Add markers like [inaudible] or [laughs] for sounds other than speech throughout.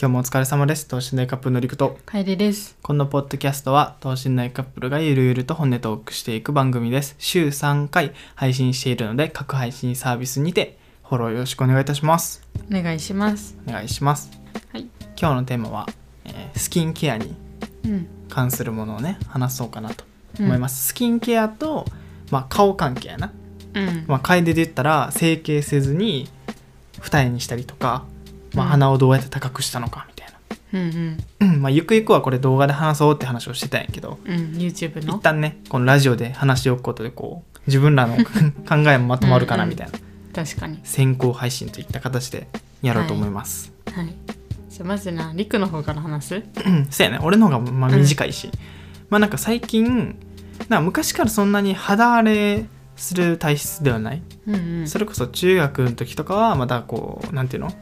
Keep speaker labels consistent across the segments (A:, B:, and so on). A: 今日もお疲れ様です等身大カップルのりくと
B: 楓です。
A: このポッドキャストは等身大カップルがゆるゆると本音トークしていく番組です週3回配信しているので各配信サービスにてフォローよろしくお願いいたします
B: お願いします。
A: お願いします
B: はい
A: 今日のテーマは、えースキンケアに
B: うん。
A: 関するものをね話そうかなと思います、スキンケアと、まあ、顔関係やな、
B: うん。
A: まあ、楓で言ったら整形せずに二重にしたりとか、まあ、
B: うん
A: 鼻をどうやって高くしたのかみたいな
B: うんうん。
A: うんまあ、ゆくゆくはこれ動画で話そうって話をしてたんやけど
B: うん。YouTube
A: 一
B: の。
A: 旦ねこのラジオで話しておくことでこう自分ら
B: [laughs]
A: の考えもまとまるかなみたいな
B: 確かに。
A: 先行配信といった形でやろうと思います、
B: はい。じゃあまずな、りくの方から話す。
A: うんそうやね俺の方がまあ短いし、まあなんか最近なんか昔からそんなに肌荒れする体質ではない、
B: うんうん。
A: それこそ中学の時とかはまだこうなんていうの思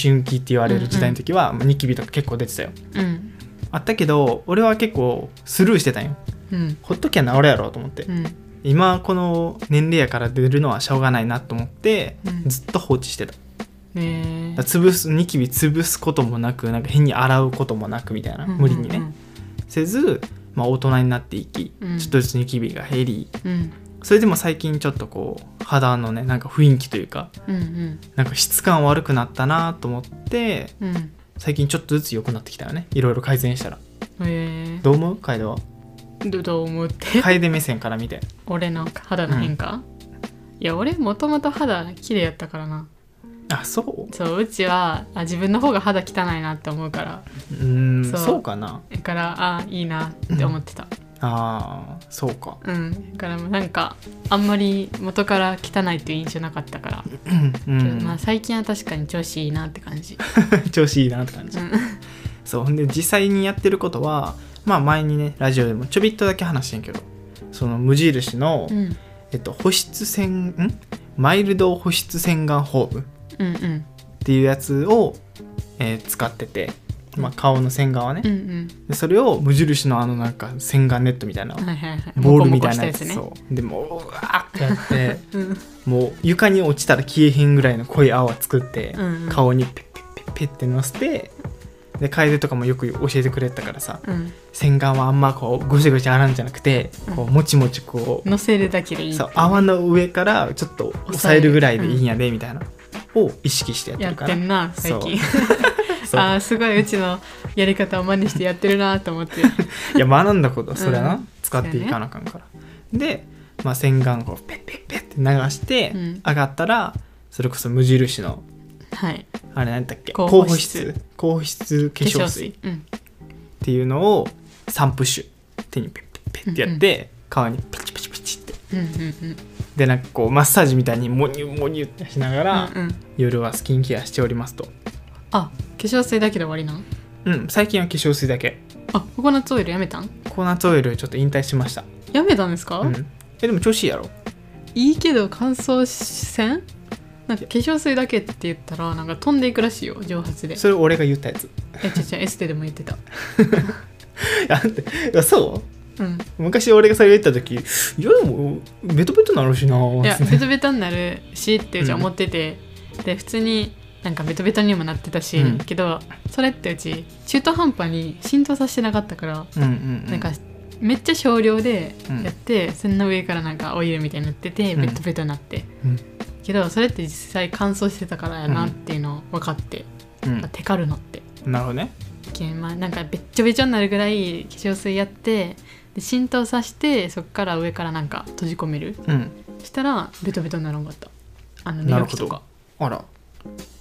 A: 春期って言われる時代の時は、まあニキビとか結構出てたよ
B: うん。
A: あったけど俺は結構スルーしてたんよ
B: うん。
A: ほっときゃ治るやろうと思って、
B: うん。
A: 今この年齢やから出るのはしょうがないなと思って、
B: うん
A: ずっと放置してただか
B: ねえ
A: ら。潰すニキビ潰すこともなくなんか変に洗うこともなくみたいな無理にね、せず、まあ、大人になっていき、
B: うん
A: ちょっとずつニキビが減り
B: うん。うん。
A: それでも最近ちょっとこう肌のねなんか雰囲気というか
B: うん
A: なんか質感悪くなったなと思って
B: うん。うん。
A: 最近ちょっとずつ良くなってきたよねいろいろ改善したら
B: え
A: どう思う楓は
B: え。どどう思って。
A: 楓目線から見て
B: 俺の肌の変化。いや、俺もともと肌綺麗やったからな。
A: あそう
B: そう、うちは、あ、自分の方が肌汚いなって思うから。
A: うーん
B: そう
A: そうかな
B: だから、あ、いいなって思ってた。
A: あーそうか
B: うん、だからもうなんかあんまり元から汚いっていう印象なかったから、
A: うん
B: けどまあ最近は確かに調子いいなって感じ。
A: 調子いいなって感じ、
B: うん
A: そうほんで実際にやってることはまあ前にねラジオでもちょびっとだけ話してんけどその無印の、
B: うん
A: えっと、保湿洗んマイルド保湿洗顔ホームっ
B: うんうん
A: ていうやつを、えー使ってて、まあ、顔の洗顔はね
B: う、ん
A: でそれを無印のあのなんか洗顔ネットみたいな、
B: うんはいはいはい。
A: ボールみたいな
B: モ
A: や
B: コ
A: つ
B: モコし
A: そ
B: た
A: うでもううわーってやって
B: ね。
A: もう床に落ちたら消えへんぐらいの濃い泡作って、
B: うんうん
A: 顔にペッペッペッペッってのせてで楓とかもよく教えてくれたからさ
B: うんうん。
A: 洗顔はあんまこうゴシゴシ洗うんじゃなくてこうもちもちこう,、
B: 乗せるだけでいい。
A: そう泡の上からちょっと押さえるぐらいでいいんやでみたいな、を意識してやって
B: や
A: る
B: っ
A: か
B: て
A: ら
B: んな最近。 [laughs]
A: そう
B: あーすごいうちのやり方を真似してやってるなと思って。
A: いや学んだことそれはな、
B: うん
A: 使っていかなあかんから、で、まあ、洗顔をペッペッペッって流して、
B: うん
A: 上がったらそれこそ無印の
B: はい。
A: あれ何だっけ
B: 高
A: 高
B: 保
A: 保
B: 湿
A: 湿高保湿化粧水っ。
B: うん
A: ていうのを3プッシュ手にペッペッペッってやって、顔にパチパチパチって
B: うんうん
A: でなんかこうマッサージみたいにモニュモニュってしなが
B: う
A: ら、
B: ん。うんうん。
A: 夜はスキンケアしておりますと
B: あ化粧水だけで終わりなの。
A: うん最近は化粧水だけ
B: あココナッツオイルやめたん？
A: コーナッツオイルちょっと引退しました
B: やめたんですか？
A: うんえでも調子いいやろ
B: いいけど乾燥せんなんか化粧水だけって言ったらなんか飛んでいくらしいよ蒸発で
A: それ俺が言ったやつ [laughs]
B: えちゃちゃエステでも言ってた
A: あんていやそ
B: うん
A: う昔俺がそれ言った時いやでもベトベトなるしなー
B: いや
A: つって
B: ベトベタになるしってうちは思ってて、で普通になんかベトベタにもなってたし、
A: うん
B: けどそれってうち中途半端に浸透させてなかったから、
A: うんうん、うん、
B: なんかめっちゃ少量で
A: うん
B: やって、そんな上からなんかオイルみたいになってて
A: うん
B: ベトベトになって、
A: うん
B: けどそれって実際乾燥してたからやなっていうのを分かって、
A: うん
B: あテカるのって
A: なるほどね
B: けんまあなんかべっちょべちょになるぐらい化粧水やってで浸透させてそっから上からなんか閉じ込める
A: うん
B: したらベトベトにならんかったあの
A: なる
B: 磨
A: ほ
B: き
A: ど
B: とか
A: あらい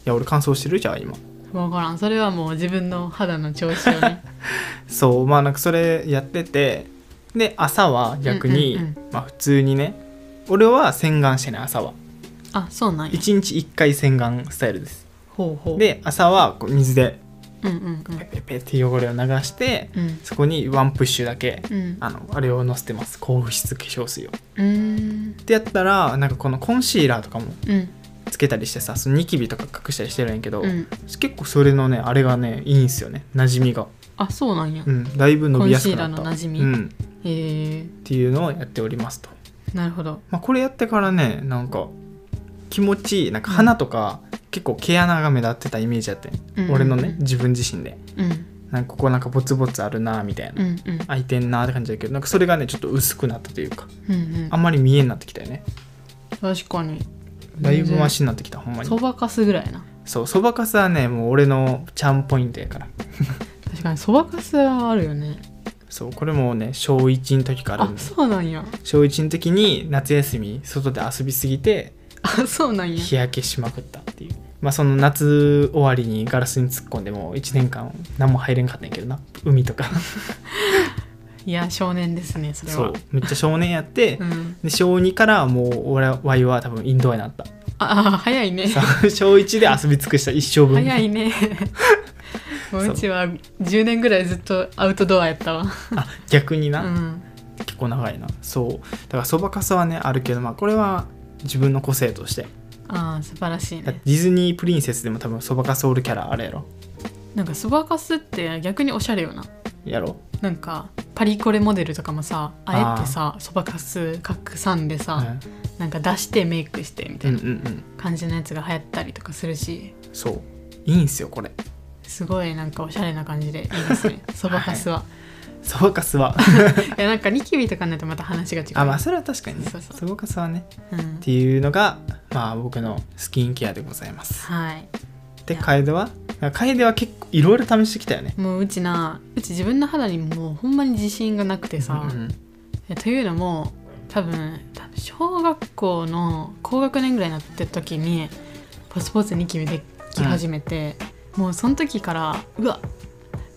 A: や俺乾燥してるじゃあ今
B: 分からんそれはもう自分の肌の調子を
A: [laughs]
B: ね
A: そうまあなんかそれやっててで朝は逆に、
B: うんうん
A: まあ普通にね俺は洗顔してね朝は
B: あそうなんや
A: 1日1回洗顔スタイルです
B: ほうほう
A: で朝はこう水で
B: うんうん
A: ペペペって汚れを流して
B: うんうん
A: そこにワンプッシュだけ
B: うん
A: あのあれをのせてます高保湿化粧水をっ
B: うーん
A: てやったらなんかこのコンシーラーとかも
B: うん
A: つけたりしてさそのニキビとか隠したりしてるんやけど、
B: うん
A: 結構それのねあれがねいいんすよね馴染みが
B: あそうなんや、
A: うん、だいぶ伸びやすくなった
B: コンシーラーの馴染み
A: うん、っ
B: へえ
A: ていうのをやっておりますと、
B: なるほど
A: まあ、これやってからねなんか気持ちいいなんか鼻とか結構毛穴が目立ってたイメージだったよ、
B: うんうんうん
A: 俺のね自分自身で
B: うん
A: なんかここなんかボツボツあるなみたいな、
B: うんうん
A: 開いてんなって感じだけどなんかそれがねちょっと薄くなったというか
B: うんうん
A: あんまり見えんなってきたよね
B: 確かに
A: だいぶマシになってきたほんま
B: そ
A: に
B: ばかすぐらいな
A: そうそばかすはねもう俺のチャンポイントやから
B: 確かにそばかすはあるよね
A: そうこれもね小1の時からあ
B: あ
A: るんです
B: そうなんや
A: 小1の時に夏休み外で遊びすぎて
B: あそうなんや
A: 日焼けしまくったっていうまあその夏終わりにガラスに突っ込んでもう1年間何も入れんかったんやけどな海とか
B: いや少年ですねそれは
A: そうめっちゃ少年やって、
B: うん、
A: で小2からもう俺はワイは多分インドアになった [laughs]
B: ああ早いね
A: そう小1で遊び尽くした一生分
B: 早いねも
A: [laughs]
B: う
A: そう
B: うちは10年ぐらいずっとアウトドアやったわ
A: あ逆に
B: う
A: な、
B: ん
A: 結構長いなそうだからそばかすはねあるけどまあこれは自分の個性として
B: ああ素晴らしい
A: だって
B: ね
A: ディズニープリンセスでも多分そばかすおるキャラあれやろ
B: なんかそばかすって逆におしゃれよな
A: やろ
B: なんかパリコレモデルとかもさあえてさそばかす隠さんでさ、なんか出してメイクしてみた
A: うん
B: い
A: うん
B: な
A: うんうん
B: 感じのやつが流行ったりとかするし
A: そういいんすよこれ
B: すごいなんかおしゃれな感じでいいです
A: [laughs]
B: ねそばかすは、
A: そばかすは
B: い、やなんかニキビとかになるとまた話が違う
A: あまあそれは確かにね
B: そうそう
A: そばかすはね
B: うん
A: っていうのがまあ僕のスキンケアでございます
B: はい
A: で楓は楓は結構いろいろ試してきたよね
B: もううちなうち自分の肌にもうほんまに自信がなくてさ、
A: うんうん
B: えというのも多分多分小学校の高学年ぐらいになってる時にポツポツニキビでき始めて、もうその時からうわ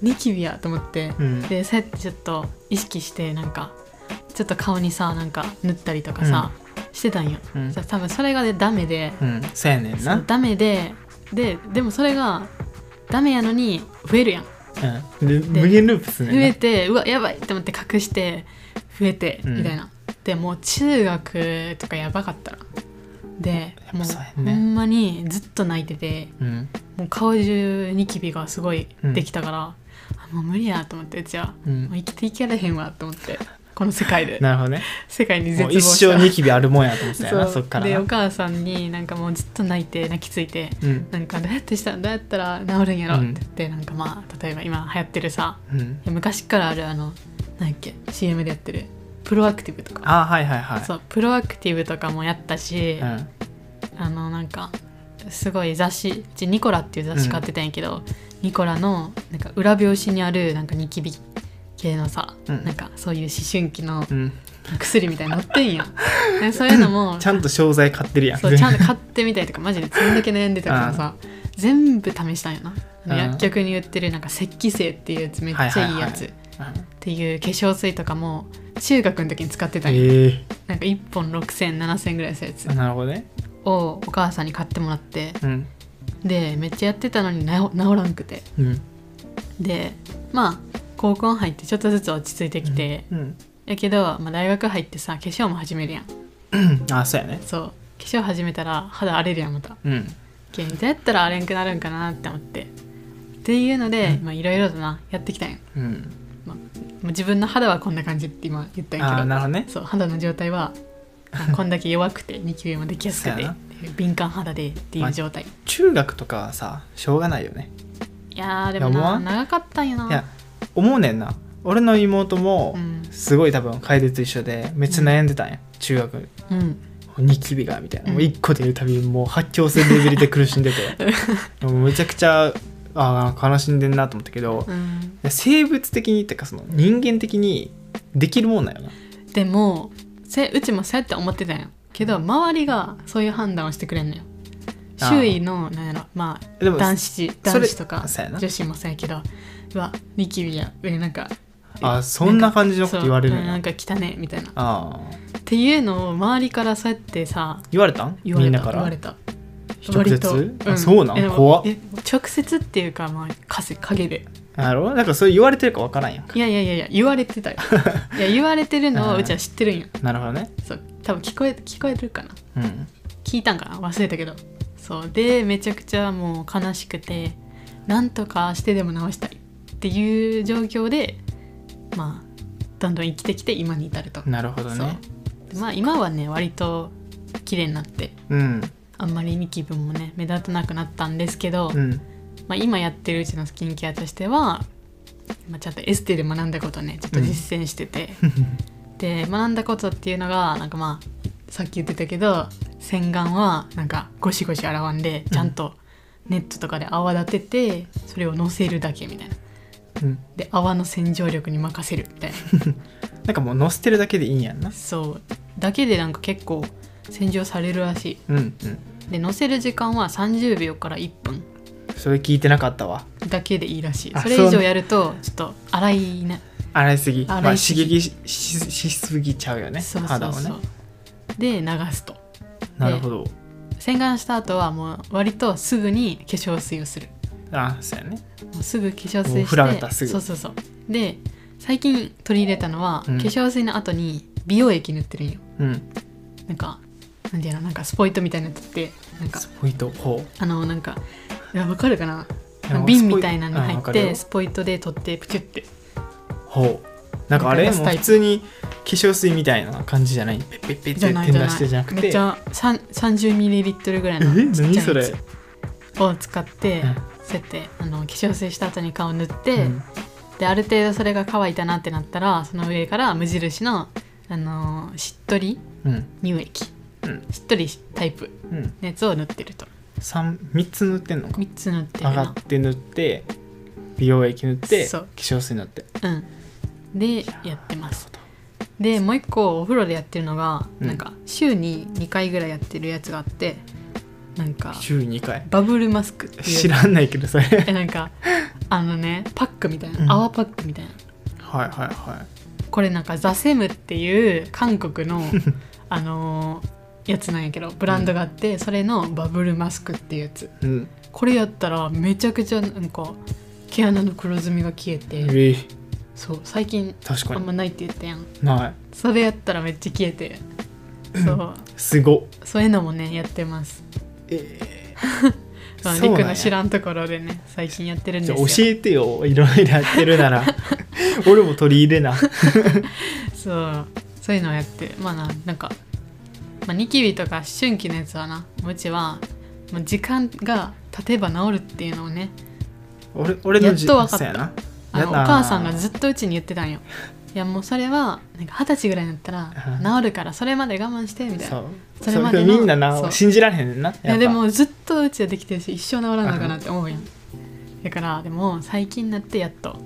B: ニキビやと思って、
A: うん
B: でそうやってちょっと意識してなんかちょっと顔にさなんか塗ったりとかさ、してたんよ、
A: うん
B: じゃあ多分それが、ね、ダメで、
A: うんそうやねんな
B: そうダメでででもそれがダメやのに増えるやん
A: うんで無限ループっす
B: 増え
A: ね
B: てうわやばいと思って隠して増えて
A: うん
B: みたいな、でもう中学とかやばかったなで
A: やっ
B: も
A: ぱ
B: う
A: そうや
B: ほ
A: ね
B: んまにずっと泣いてて
A: うん
B: もう顔中ニキビがすごいできたから、あもう無理やと思ってうちは、
A: うん
B: もう生きていけられへんわと思ってこの世界で
A: なるほどね
B: 世界に絶
A: もう
B: 望
A: 一
B: した
A: 生ニキビあるもんやと思ってたよな
B: そ
A: そうっから
B: で
A: な
B: お母さんになんかもうずっと泣いて泣きついて
A: うん
B: なんかどうやってしたどうやったら治るんやろって言って、なんかまあ例えば今流行ってるさ
A: うん
B: いや昔からあるあの何だっけ CM でやってるプロアクティブとか、
A: あはいはいはい
B: そうプロアクティブとかもやったし、
A: うん
B: あのなんかすごい雑誌うちニコラっていう雑誌買ってたんやけど、ニコラのなんか裏表紙にあるなんかニキビ系のさ、
A: うん
B: なんかそういう思春期の
A: うん
B: 薬みたいに載ってんやでそういうのも
A: ちゃんと商材買ってるやん
B: そうちゃんと買ってみたりとかマジでそんだけ悩んでたからさ全部試したんやなあの
A: うん
B: 薬局に売ってるなんか石器精っていうやつめっちゃいいやつ、
A: はいはいはい
B: [laughs]
A: うん
B: っていう化粧水とかも中学の時に使ってたんよ
A: え
B: なんか1本60007000ぐらいするやつ
A: えなるほどね
B: をお母さんに買ってもらって
A: うん
B: でめっちゃやってたのになお治らんくて
A: うん
B: でまあ高校入ってちょっとずつ落ち着いてきて、
A: うん
B: やけど、まあ、大学入ってさ化粧も始めるやん
A: あそうやね
B: そう化粧始めたら肌荒れるやんまた
A: うん
B: けんどうやったら荒れんくなるんかなって思ってっていうのでまあいろいろとなやってきたんよ
A: うん
B: もう自分の肌はこんな感じって今言ったんやけ
A: あ
B: ど
A: なるほどね
B: そう肌の状
A: [laughs]
B: 態はあこんだけ弱くてニキビもできやすく
A: そう
B: て
A: やな
B: っていう敏感肌でっていう状態、
A: 中学とかはさしょうがないよね
B: いやーでも
A: やば
B: な
A: わ
B: 長かったんやない
A: や思うねんな俺の妹も
B: うん
A: すごい多分楓と一緒でめっちゃ悩んでたんや中学
B: うん
A: ニキビがみたいな、
B: うん
A: もう一個出るたびにもう発狂するレベルで苦しんで
B: [laughs]
A: てもうめちゃくちゃあー悲しんでんなと思ったけど
B: うん
A: 生物的にってかその人間的にできるもんだよな
B: でもせうちもそうやって思ってたんやけど周りがそういう判断をしてくれんのよ
A: あー
B: 周囲のなんやろまあ
A: でも
B: 男子
A: それ
B: 男子とか
A: そうやな
B: 女子もそうやけどうわニキビやえなんか
A: あそんな感じのこと言われるん
B: そう
A: や
B: なんか汚ねみたいなっ
A: ああ
B: ていうのを周りからそうやってさ
A: 言われたん
B: 言わ
A: み
B: れ
A: ん
B: た
A: なか
B: 言わ
A: ら
B: れた
A: 直接
B: 割と
A: あそうなん
B: えでも
A: 怖っ
B: え直接っていうかまあ影影で
A: なるほどなんかそれ言われてるかわからんやんか
B: いやいやいやいや言われ
A: [laughs]
B: てたよいや言われてるの
A: う
B: を
A: ん
B: うちは知ってるんよ
A: なるほどね
B: そう多分聞こえ聞こえるかな
A: うん
B: 聞いたんかな忘れたけどそうでめちゃくちゃもう悲しくてなんとかしてでも直したいっていう状況でまあどんどん生きてきて今に至ると、
A: なるほどね
B: そうまあ今はね割と綺麗になって
A: うん
B: あんまりニキビもね目立たなくなったんですけど、
A: うん
B: まあ、今やってるうちのスキンケアとしては、まあ、ちゃんとエステで学んだことをねちょっと実践して [laughs] て、で学んだことっていうのがなんかまあさっき言ってたけど洗顔はなんかゴシゴシ洗わんでちゃんとネットとかで泡立ててそれをのせるだけみたいな
A: うん
B: で泡の洗浄力に任せるみたい [laughs] な
A: なんかもう乗せてるだけでいいんやんな
B: そうだけでなんか結構洗浄されるらし
A: うんうん
B: いでのせる時間は30秒から1分
A: それ聞いてなかったわ
B: だけでいいらしい
A: あ
B: それ以上やるとちょっと洗いな
A: 洗いすぎま
B: 洗
A: あ、
B: いす
A: 刺
B: ぎ
A: 激しししすぎちゃうよね
B: そうそ
A: 肌
B: う
A: を
B: そう、
A: ね
B: で流すと
A: なるほど
B: 洗顔した後はもう割とすぐに化粧水をする
A: あそうやね
B: もうすぐ化粧水し
A: も
B: て
A: う振られたすぐ
B: そうそうそうで最近取り入れたのは、
A: うん
B: 化粧水の後に美容液塗ってるんよ
A: うん
B: なんかなんていうのなんかスポイトみたいなの塗ってなんか
A: スポイトほ
B: あのなんかいやわかるかな
A: う
B: 瓶みたいなのに入
A: うんわ
B: っ
A: かる
B: て
A: よ
B: スポイトで取ってプチュって
A: ほうなんかあれ
B: みたい
A: も
B: な
A: う
B: スタイ
A: 普
B: ル
A: 通に化粧水みたいな感じじゃないペッペッペッ
B: じゃ
A: て
B: ない
A: 点
B: じゃ
A: 出してじゃ
B: な
A: ないく
B: めってちゃさん 30ml ぐらいの
A: え
B: ちっちゃい
A: 何
B: や
A: それ
B: つを使って、
A: うん
B: そうやってあの化粧水した後に顔塗って、
A: うん
B: である程度それが乾いたなってなったらその上から無印の、あのーしっとり
A: うん
B: 乳液
A: うん
B: しっとりタイプ
A: うん
B: のやつを塗ってると
A: 3, 三つ塗ってんのか
B: 3つ塗ってる
A: 上が
B: な
A: って塗って美容液塗って
B: そう
A: 化粧水塗って
B: うんでやってますでもう一個お風呂でやってるのが、
A: うん
B: なんか週に2回ぐらいやってるやつがあってなんか
A: 週2回
B: バブルマスク [laughs] っていう
A: 知らんないけどそれはい
B: えなんかあのねパックみたい
A: うん
B: な泡パックみたいな、
A: はいは
B: これなんかザセムっていう韓
A: [laughs]
B: 国のあのーやつなんやけどブランドがあって、それのバブルマスクっていうやつ
A: いうん
B: これやったらめちゃくちゃなんか毛穴の黒ずみが消えて、
A: えー
B: そう最近
A: 確
B: あ
A: か
B: ん
A: に
B: まないって言ったやん
A: ない
B: それやったらめっちゃ消えてそう
A: すごっ
B: そういうのもねやってます
A: えー
B: まあ
A: そう
B: り
A: なん
B: く
A: や
B: の知らんところでね最近やってるんです
A: じゃあ
B: よ
A: 教えてよいろいろやってるなら俺も取り入れな
B: そうそういうのをやってまあななんか、まあ、ニキビとか思春期のやつはなうちはもう時間が経てば治るっていうのをね
A: 俺俺のじ
B: やっとわかった
A: そうやな
B: あのお
A: やだー
B: 母さんがずっとうちに言ってたんよいやもうそれはなんか二十歳ぐらいになった
A: う
B: ら治るからそれまで我慢してみたい
A: そ
B: ないうそれ
A: そう
B: までの
A: みんなな
B: そう
A: 信じられへんねんなやっぱ
B: やでもずっとうちはできてるし一生治らんのかなって思うやんだからでも最近になってやっと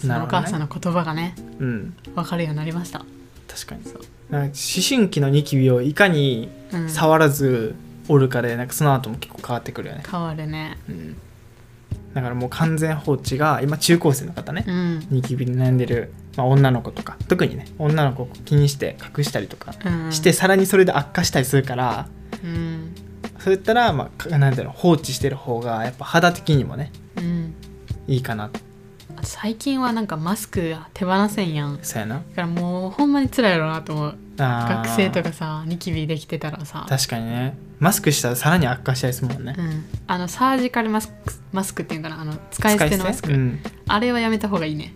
B: そ
A: なる
B: のお
A: ほどね
B: 母さんの言葉がね
A: うん
B: 分かるようになりました、
A: 確かにそうなんか思春期のニキビをいかに
B: うん、
A: 触らずおるかでなんかその後も結構変わってくるよね、
B: 変わるね
A: うん、だからもう完全放置が今中高生の方ね、
B: うん
A: ニキビに悩んでる、まあ、女の子とか特にね女の子を気にして隠したりとか
B: うん
A: して、さらにそれで悪化したりするから
B: うん
A: そういったら、まあか、なんていうの放置してる方がやっぱ肌的にもね
B: うん
A: いいかなって
B: 最近はなんかマスク手放せんやんだ
A: そうやな
B: からもうほんまに辛いやろうなと思う
A: あ
B: 学
A: ー
B: 生とかさニキビできてたらさ
A: 確かにねマスクしたらさらに悪化したりするもんね、
B: うん、あのサージカルマスクマスクっていうのかなあの使い捨てのマスク、
A: うん、
B: あれはやめた方がいいね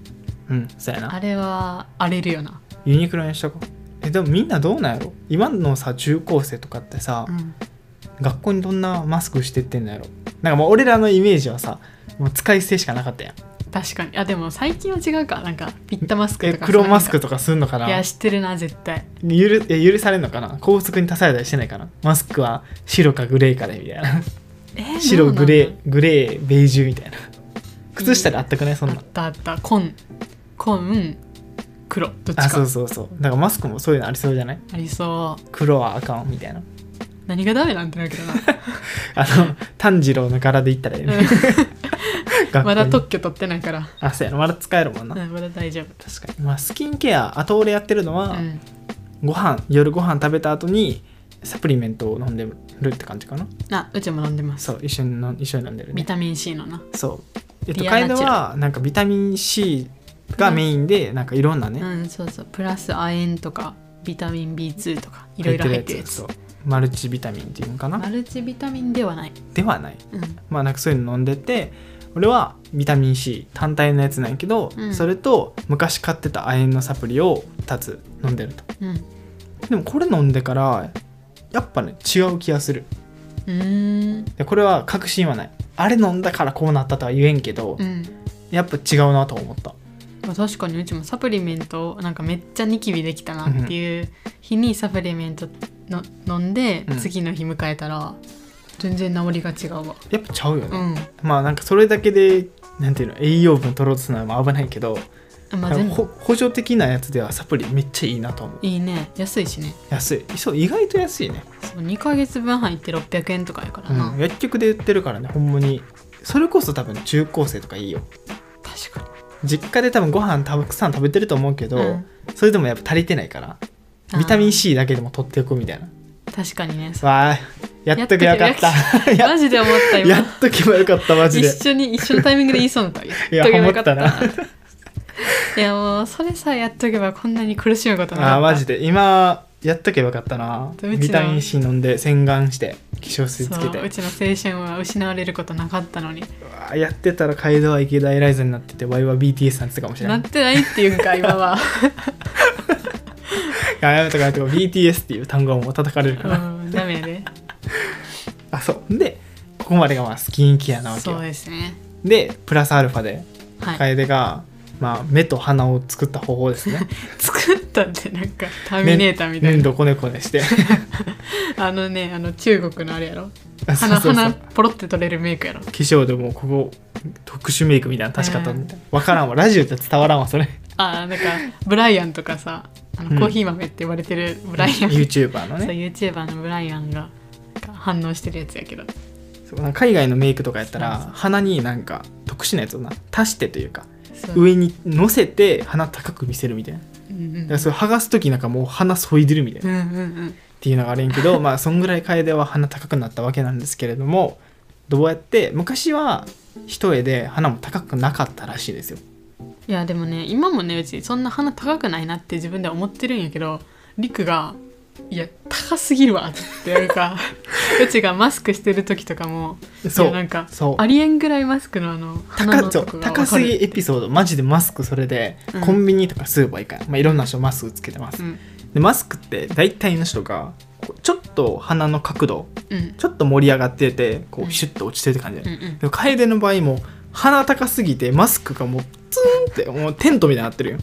A: うん、そうや
B: あ
A: な
B: れは荒れるよな、
A: ユニクロにしとこうえでもみんなどうなんやろ今のさ中高生とかってさ、
B: うん、
A: 学校にどんなマスクしてってんのやろなんかもう俺らのイメージはさもう使い捨てしかなかったやん
B: 確かにあでも最近は違うかなんかピッタマスク
A: え
B: とか
A: 黒マスクと
B: と
A: かすんのか
B: いや
A: な
B: 知ってるな絶対
A: ゆるえ許されんのかな校則に足されたりしてないかなマスクは白かグレーかでみたい
B: [laughs]
A: な
B: えー
A: 白
B: どうな
A: グ
B: んだ
A: レーグレーベージュみたいな靴下であったくないそん
B: あ
A: な
B: ったあった紺紺黒どっちか
A: あそうそうそうだからマスクもそういうのありそうじゃない
B: ありそう
A: 黒はあかんみ
B: [laughs]
A: たいな
B: 何がダメなんてなるけどな
A: [laughs] あの炭治郎の柄で行ったらいいね学校に
B: まだ特許取ってないから、
A: あそうやなまだ使えるもんな、
B: うん、まだ大丈夫
A: 確かにまあスキンケアあと俺やってるのは、
B: うん、
A: ご飯夜ご飯食べた後にサプリメントを飲んでるって感じかな
B: あうちも飲んでます
A: そう一緒に飲ん一緒に飲んでる
B: ビ
A: ね
B: タミン C のな
A: そうえっと
B: リア
A: カ
B: ナ
A: イド
B: チュラル
A: はなんかビタミン C がメインでなんかいろんなね、
B: うんそうそうプラス亜鉛とかビタミン B2 とかいろいろ入ってるやつ
A: そうマルチビタミンっていうのかな、
B: マルチビタミンではない、
A: ではない
B: うん、
A: まあなんかそういうの飲んでて俺はビタミン C 単体のやつなんやけど、
B: うん
A: それと昔買ってた亜鉛のサプリを2つ飲んでると
B: うん
A: でもこれ飲んでからやっぱね違う気がする
B: うーん
A: でこれは確信はないあれ飲んだからこうなったとは言えんけど、
B: うん
A: やっぱ違うなと思った
B: まあ確かにうちもサプリメントをなんかめっちゃニキビできたなっていう日にサプリメントの飲んで
A: うん
B: 次の日迎えたら全然治りが違うわ
A: やっぱちゃうよ
B: う
A: ね、
B: ん
A: まあなんかそれだけでなんていうの栄養分取ろうとするのも危ないけど、
B: ま
A: な
B: あ
A: ん
B: 全
A: か
B: 部
A: ほ補助的なやつではサプリめっちゃいいなと思う
B: いいね安いしね
A: 安いそう意外と安いね、
B: そう2ヶ月分入って600円とかやからな、
A: うん、薬局で売ってるからねほんまにそれこそ多分中高生とかいいよ
B: 確か
A: 実家で多分ご飯たくさん食べてると思うけど、
B: うん
A: それでもやっぱ足りてないから
B: あー
A: ビタミン C だけでも取っておくみたいな
B: に確かにね
A: わあやっとけばよか [laughs] ったや
B: マジで思った今
A: やっとけばよかったマジで
B: 一緒に一緒のタイミングで言いそうになった
A: いや
B: やっとけばよかった
A: 思っ
B: いやもうそれさえやっとけばこんなに苦しむことなかった
A: あーマジで今やっとけばよかったな
B: うちの
A: ビタミン C 飲んで洗顔して化粧水つけて
B: そううちの青春は失われることなかったのに
A: うわーやってたら街道は池田エライザになっててワイは BTS さんってたかもしれな
B: ないっ。てないっていうんか今
A: [laughs]
B: は
A: あやめとかやめとか BTS っていう単語はもう叩かれるから、
B: うんダメやで
A: あそうでここまでがまあスキンケアなわけ
B: そう
A: よ
B: ですね
A: でプラスアルファで
B: はい
A: 楓が、まあ、目と鼻を作った方法です
B: [laughs]
A: ね
B: 作ったってなんかターミネーターみたい
A: 粘
B: な
A: 土こねこねして
B: [laughs] あのねあの中国のあれやろ
A: あそう [laughs]
B: 鼻
A: そうそう
B: 鼻ポロって取れるメイクやろ
A: 化粧でもうここ特殊メイクみたいな確かったみたいな分からんわラジオじゃ伝わらんわそれ
B: あなんかブライアンとかさあ
A: うん
B: のコーヒー豆って言われてる [laughs] ブライアン、
A: YouTuber の
B: そう
A: ね
B: YouTuber のブライアンがなんか反応してるやつやけど
A: そうなんか海外のメイクとかやったら
B: そうそう
A: 鼻になんか特殊なやつをな足してというか
B: そう
A: 上に乗せて鼻高く見せるみたいなだか
B: うんうん
A: らそれ剥がす時なんかもう鼻そいでるみたいな
B: うんうんうん
A: っていうのがあれんけ
B: [laughs]
A: どまあそんぐらい楓は鼻高くなったわけなんですけれどもどうやって昔は一重で鼻も高くなかったらしいですよ
B: いやでもね今もねうちそんな鼻高くないなって自分では思ってるんやけどりくが「いや高すぎるわ」ってな
A: [laughs]
B: んかうちがマスクしてる時とかも
A: そう
B: いやなんか
A: そう
B: ありえんぐらいマスクのあの鼻の
A: 高そ
B: と
A: う
B: こが
A: 高
B: 分か
A: す
B: る
A: ぎエピソードマジでマスクそれで、
B: うん
A: コンビニとかスーパー行かん、まあ、いろんな人マスクつけてます、
B: うん
A: でマスクって大体の人がこうちょっと鼻の角度
B: うん
A: ちょっと盛り上がっててこ
B: う
A: うんシュッと落ちてるって感じ
B: うん
A: で,、
B: うん
A: でも楓の場合も鼻高すぎてマスクがもうツーンってもうテントみたいになってる
B: [laughs]
A: よ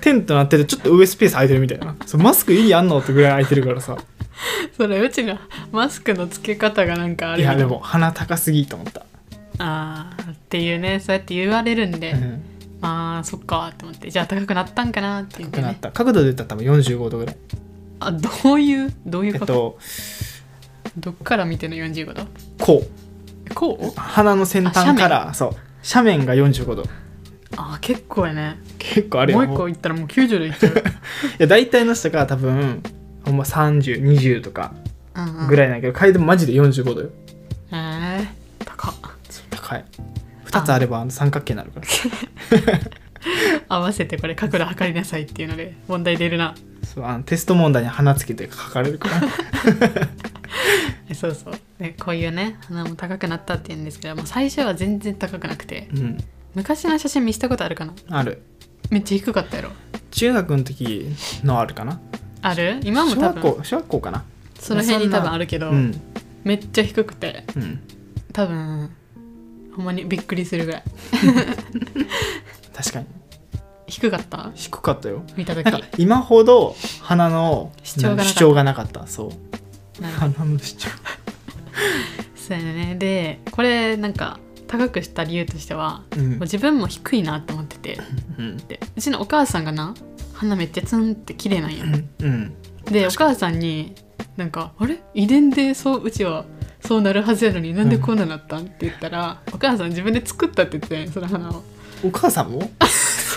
A: テントなっててちょっと上スペース空いてるみたいなそうマスク意味あんのってぐらい空いてるからさ
B: それうちのマスクのつけ方がなんかあ
A: い
B: れ
A: やでも鼻高すぎと思った、
B: あーっていうねそうやって言われるんで、
A: うん、
B: まあそっかと思ってじゃあ高くなったんかなってい
A: 高
B: う
A: くなっ
B: ね
A: た角度で言ったら多分45度ぐらい
B: あどういうどうい
A: え
B: う
A: っ
B: こと、
A: と
B: どっから見ての45度
A: こう
B: こう
A: 鼻の先端からそう斜面が45度
B: あ結構やね
A: 結構あるよ
B: もう一個いったらもう90度いっちゃう
A: いや大体の人が多分ほんま3020とか
B: うんうん
A: ぐらいなんやけど階段マジで45度よ
B: へえ高っ
A: 高い2つあればあの三角形になるから
B: 合わせてこれ角度測りなさいっていうので問題出るな
A: そうあのテスト問題に鼻つけて書かれるから
B: [laughs] えそうそうでこういうね鼻も高くなったって言うんですけどもう最初は全然高くなくて
A: うん
B: 昔の写真見せたことあるかな
A: ある
B: めっちゃ低かったやろ
A: 中学の時のあるかな
B: ある今も
A: 小
B: 多
A: 学
B: 分
A: 校小学校かな
B: その辺に
A: そんな
B: 多分あるけど、
A: うん
B: めっちゃ低くて
A: うん
B: 多分ほんまにびっくりするぐらい
A: 確かに
B: 低かった
A: 低かったよ
B: 見た時
A: なんか今ほど鼻の
B: 主張がなかった
A: 主張がなかったそう
B: なんか
A: 鼻の主張
B: そうやねでこれなんか高くした理由としては、
A: うん
B: もう自分も低いなと思ってて
A: うん
B: でうちのお母さんがな鼻めっちゃツンって綺麗なんよ
A: うん
B: でお母さんになんか「あれ遺伝でそううちはそうなるはずやのになんでこんななったん?」って言ったらお母さん自分で作ったって言ってたんよその鼻を
A: お母さんも [laughs]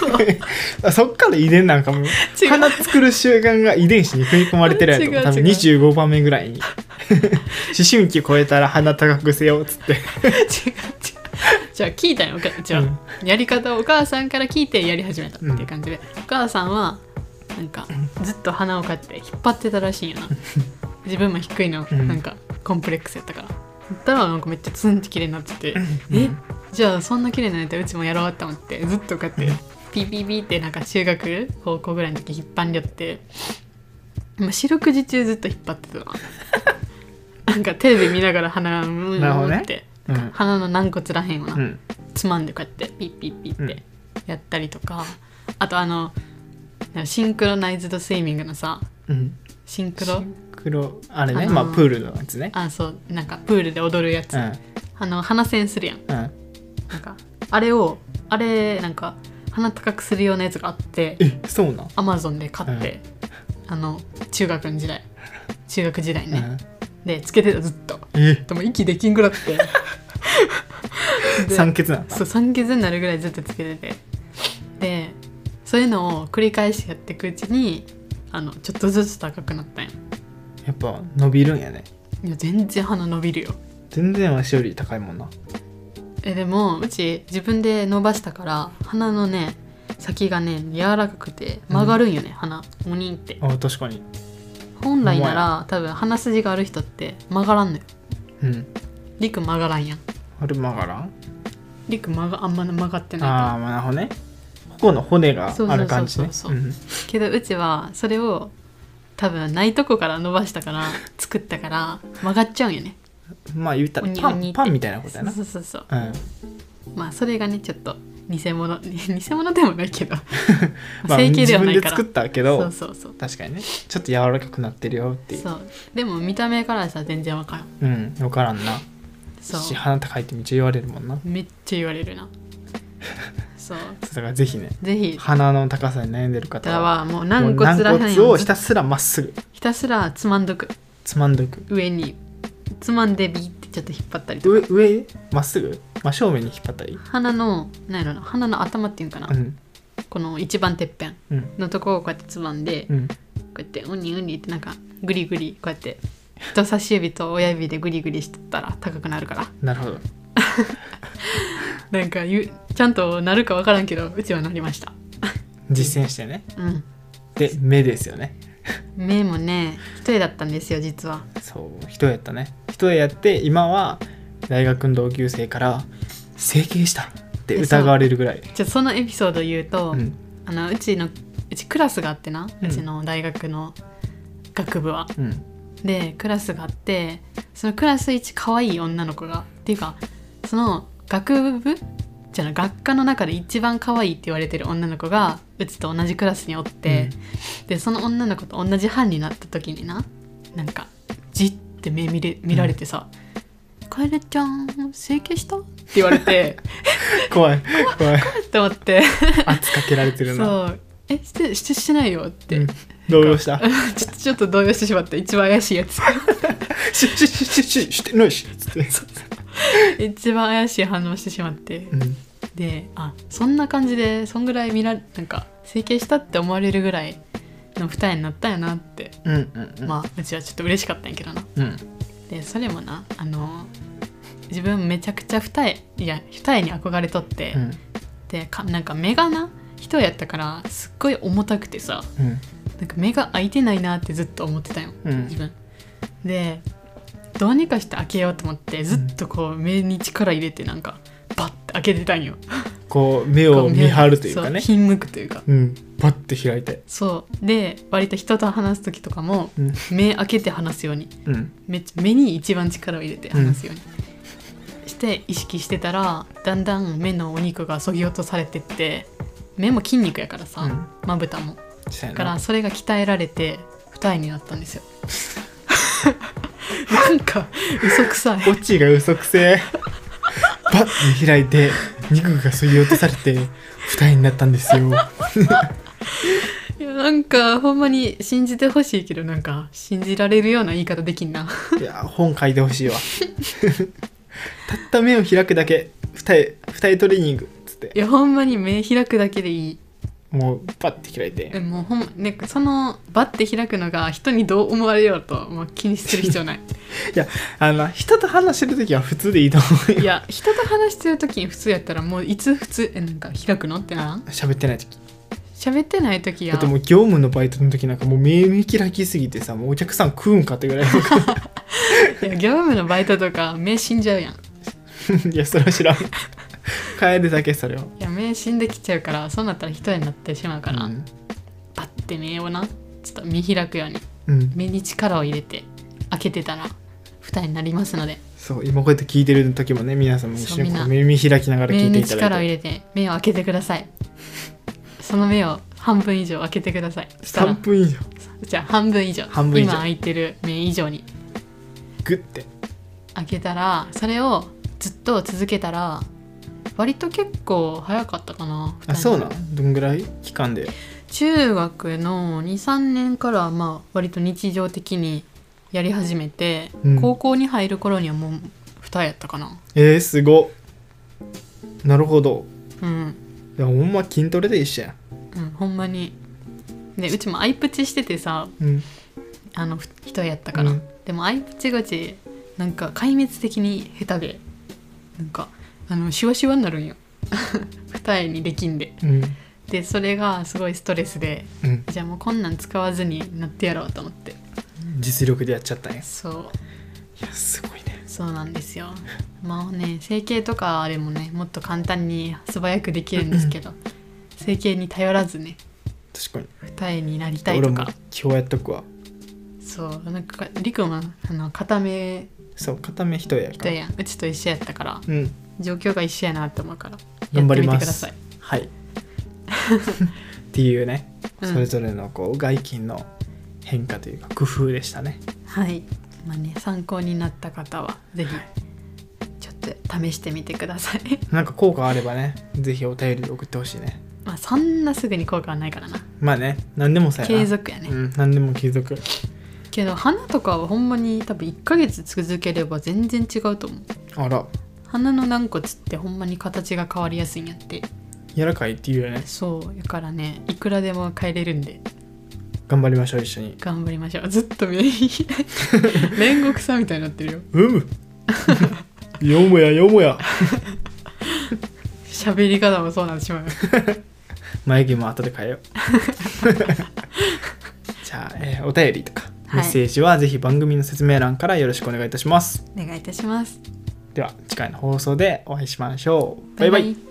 A: あそっから遺伝なんかも
B: 違う
A: 鼻作る習慣が遺伝子に組み込まれてるや
B: 違う違う
A: ろ多分25番目ぐらいに [laughs] 思春期超えたら鼻高くせよっつって
B: 違う違うじゃあ聞いたんよおかじゃあ、やり方をお母さんから聞いてやり始めたっていう感じで、お母さんはなんかずっと鼻をかって引っ張ってたらしいんよな自分も低いの、
A: うん
B: なんかコンプレックスやったからだったらなんかめっちゃツンって綺麗になってて、えじゃあそんな綺麗になれたらうちもやろうと思ってずっとこうやってピピピってなんか中学高校ぐらいの
A: [laughs]
B: 時引っ張り寄ってまあ四六時中ずっと引っ張ってたななんかテレビ見ながら鼻をうん
A: なるほどね
B: って、
A: うん
B: 鼻の軟骨らへんをな、
A: うん
B: つまんでこうやってピッピッピッ
A: う
B: っ
A: ん
B: てやったりとか、あとあのシンクロナイズドスイミングのさ
A: うん
B: シンク
A: シ
B: ロ
A: ンクロあれね
B: あのー
A: まあプールのやつね
B: あそうなんかプールで踊るやつ、
A: うん
B: あの鼻栓するやん
A: うん
B: なんかあれをあれなんか鼻高くするようなやつがあって
A: えそうなん
B: アマゾンで買って、あの中学の時代中学時代ね、でつけてたずっと
A: うんえ
B: でも息できんぐらってで
A: 酸欠なんだ
B: そう酸欠になるぐらいずっとつけててでそういうのを繰り返しやっていくうちにあのちょっとずつ高くなったんや
A: やっぱ伸びるんやね
B: いや全然鼻伸びるよ
A: 全然わしより高いもんな
B: えでもうち自分で伸ばしたから鼻のね先がね柔らかくて曲がるんよね、鼻おにんって
A: あ確かに
B: 本来なら多分鼻筋がある人って曲がらんのよ
A: うん
B: リク曲がらんやん
A: あれ曲がらん
B: リク曲があんま曲がってないから
A: ああーまあなるほどねここの骨がある感じね
B: そうそうそうけどうちはそれを多分ないとこから伸ばしたから作ったから曲がっちゃうんよね
A: うんまあ言ったら
B: おに
A: パ
B: おにっ
A: ン
B: て
A: パンみたいなこと
B: そ
A: や
B: う
A: な
B: そうそうそう
A: うん
B: まあそれがねちょっと偽物 [laughs] 偽物でもないけど
A: [laughs] まあ
B: 整形ではない
A: 自分で
B: から、
A: 作ったけ
B: そう
A: ど
B: そうそう
A: 確かにねちょっと柔らかくなってるよっていう
B: そうでも見た目からしたら全然わからん
A: うん分からんな
B: そ
A: し
B: う
A: 鼻高いってめっちゃ言われるもんな
B: めっちゃ言われ
A: [laughs]
B: るなそう
A: だからぜひね
B: ぜひ
A: 鼻の高さに悩んでる
B: だか
A: 方
B: ら
A: は
B: はもう
A: もう
B: 軟骨らへん
A: 軟骨をひ
B: ひた
A: たすらまっすぐ
B: すらつまんどく
A: つまんどく
B: 上につまんでビーってちょっと引っ張ったりとか
A: 上上まっすぐ真正面に引っ張ったり
B: 鼻のなんやろな鼻の頭っていうんかな、
A: うん
B: この一番てっぺん
A: うん
B: のとこをこうやってつまんで、
A: う
B: こ
A: ん
B: うやってウニウニってなんかグリグリこうやって人差し指と親指でグリグリしてったら高くなるから
A: なるほど
B: なんかゆちゃんとなるかわからんけどうちはなりました
A: 実践してね
B: うん
A: で目ですよね
B: 目もね一重だったんですよ実は
A: そう人やったね人やって今は大学の同級生から「整形した!」って疑われるぐらい
B: ちょっとそのエピソード言うと、
A: う
B: うんあのうちのうちクラスがあってな、
A: う
B: うんちの大学の学部は
A: うん
B: でクラスがあってそのクラス一可愛い女の子がっていうかその学部じゃない学科の中で一番可愛いって言われてる女の子がうちと同じクラスにおって、でその女の子と同じ班になった時にななんかじって目見れ見られてさ「カエルちゃん整形した?」って言わ
A: [laughs]
B: れて
A: 怖い怖い
B: って思って
A: 圧かけられてるな
B: そう「えしてしてしてないよ」って、
A: うん動揺
B: [laughs]
A: した
B: ちょっとちょっと動揺してしまって一番怪しい
A: [laughs]
B: やつ
A: 「ししししししてないし」つって
B: 一番怪しい反応してしまって
A: うん
B: であそんな感じでそんぐらい見られなんか整形したって思われるぐらいの二重になったんやなって、
A: うんうんうん
B: まあうちはちょっと嬉しかったんやけどな
A: うん
B: でそれもなあの自分めちゃくちゃ二重いや二重に憧れとって、
A: うん
B: でかなんか目がな人やったからすっごい重たくてさ
A: うん
B: なんか目が開いてないなってずっと思ってたよ
A: うん
B: 自分でどうにかして開けようと思ってずっとこう目に力入れてなんかバッて開けてたんよ
A: こう目を見張るというかね
B: そひんむくというか
A: うんパッて開いて
B: そうで割と人と話す時とかも
A: うん
B: 目開けて話すように
A: うん
B: めっちゃ目に一番力を入れて話すように、して意識してたらだんだん目のお肉がそぎ落とされてって目も筋肉やからさ
A: うん
B: まぶたも
A: した
B: だ
A: や
B: か
A: な
B: らそれが鍛えられて二重になったんですよ [laughs] なんか嘘くさい
A: オチが嘘くせえバッて開いて肉がそぎ落とされて二重になったんですよ
B: いやなんかほんまに信じてほしいけどなんか信じられるような言い方できんない
A: や本書いてほしいわたった目を開くだけ二重二重トレーニングっつって
B: いやほんまに目開くだけでいい
A: もうパッて開いて
B: えもうほんま、ね、そのバッて開くのが人にどう思われようと、まあ、気にする必要な
A: [laughs] い
B: い
A: やあの人と話してる時は普通でいいと思うよ
B: いや人と話してる時に普通やったらもういつ普通えなんか開くのってならん
A: 喋ってない時
B: 喋ってない時や
A: だってもう業務のバイトの時なんかもう目見開きすぎてさもうお客さん食うんかってぐらい
B: いや業務のバイトとか目死んじゃうやん
A: [laughs]
B: い
A: いやそれは知らん帰るだけそれは
B: や目死んできちゃうからそうなったら人になってしまうから、
A: うん
B: バッて目をなちょっと見開くように
A: うん
B: 目に力を入れて開けてたら二重になりますので
A: そう今こうやって聞いてる時もね皆さんも一緒にこ
B: そうう
A: 耳開きながら聞
B: 目
A: いて
B: に
A: いただ
B: 力を
A: い
B: 入
A: て
B: れて目を開けてくださいその目を半分以上開けてくださいした
A: 3
B: ら
A: 分以上
B: じゃあ半分以上
A: 半分以上
B: 今開いてる目以上に
A: グッて
B: 開けたらそれをずっと続けたら割と結構早かったかな
A: あそうな
B: の
A: んどんぐらい期間で
B: 中学の23年からはまあ割と日常的にやり始めて、
A: うん
B: 高校に入る頃にはもう二重やったかな
A: えー、すごっなるほど
B: うん、
A: でもほんま筋トレで一緒やん
B: うん、ほんまにでうちもアイプチしててさ
A: うん
B: あのふ人やったから、
A: うん
B: でもアイプチがちなんか壊滅的に下手でなんかあのシワシワになる
A: [laughs]
B: んよ二重にできんで
A: うん
B: でそれがすごいストレスで
A: うん
B: じゃあもうこんなん使わずになってやろうと思って
A: 実力でやっちゃったんやい
B: そう
A: やすごいね
B: そうなんですよまあね整形とかでもねもっと簡単に素早くできるんですけど整形に頼らずね
A: 確かに
B: 二重になりたい
A: 俺
B: と
A: も今
B: か
A: 日やっとくわ
B: そうなんかりくんはあの片目
A: そう片目一重やか
B: 人
A: ら
B: やんうちと一緒やったから
A: うん
B: 状況が一緒やなって思うから
A: 頑張ります
B: やってみて [laughs]
A: はいっていうね
B: うん
A: それぞれのこう外筋の変化というか工夫でしたね
B: くださいはいまあね参考になった方はぜひちょっと試してみてください [laughs]
A: なんか効果あればねぜひお便りで送ってほしいね
B: まあそんなすぐに効果はないからな
A: まあね何でもさやな
B: 継続やね、
A: うん何でも継続
B: けど花とかはほんまに多分1ヶ月続ければ全然違うと思う
A: あら
B: 花の軟骨ってほんまに形が変わりやすいんやって
A: 柔らかいっていうよね
B: そうだからねいくらでも変えれるんで
A: 頑張りましょう一緒に
B: 頑張りましょうずっと目開い [laughs] て煉獄さんみたいになってるよ
A: うむよもやよもや
B: 喋り方もそうなってしまう
A: 眉毛も後で変え [laughs] ようじゃあ、えーお便りとか
B: は
A: メ
B: い
A: ッセージはぜひ番組の説明欄からよろしくお願いいたします、
B: お願いいたします
A: では次回の放送でお会いしましょうバイバイ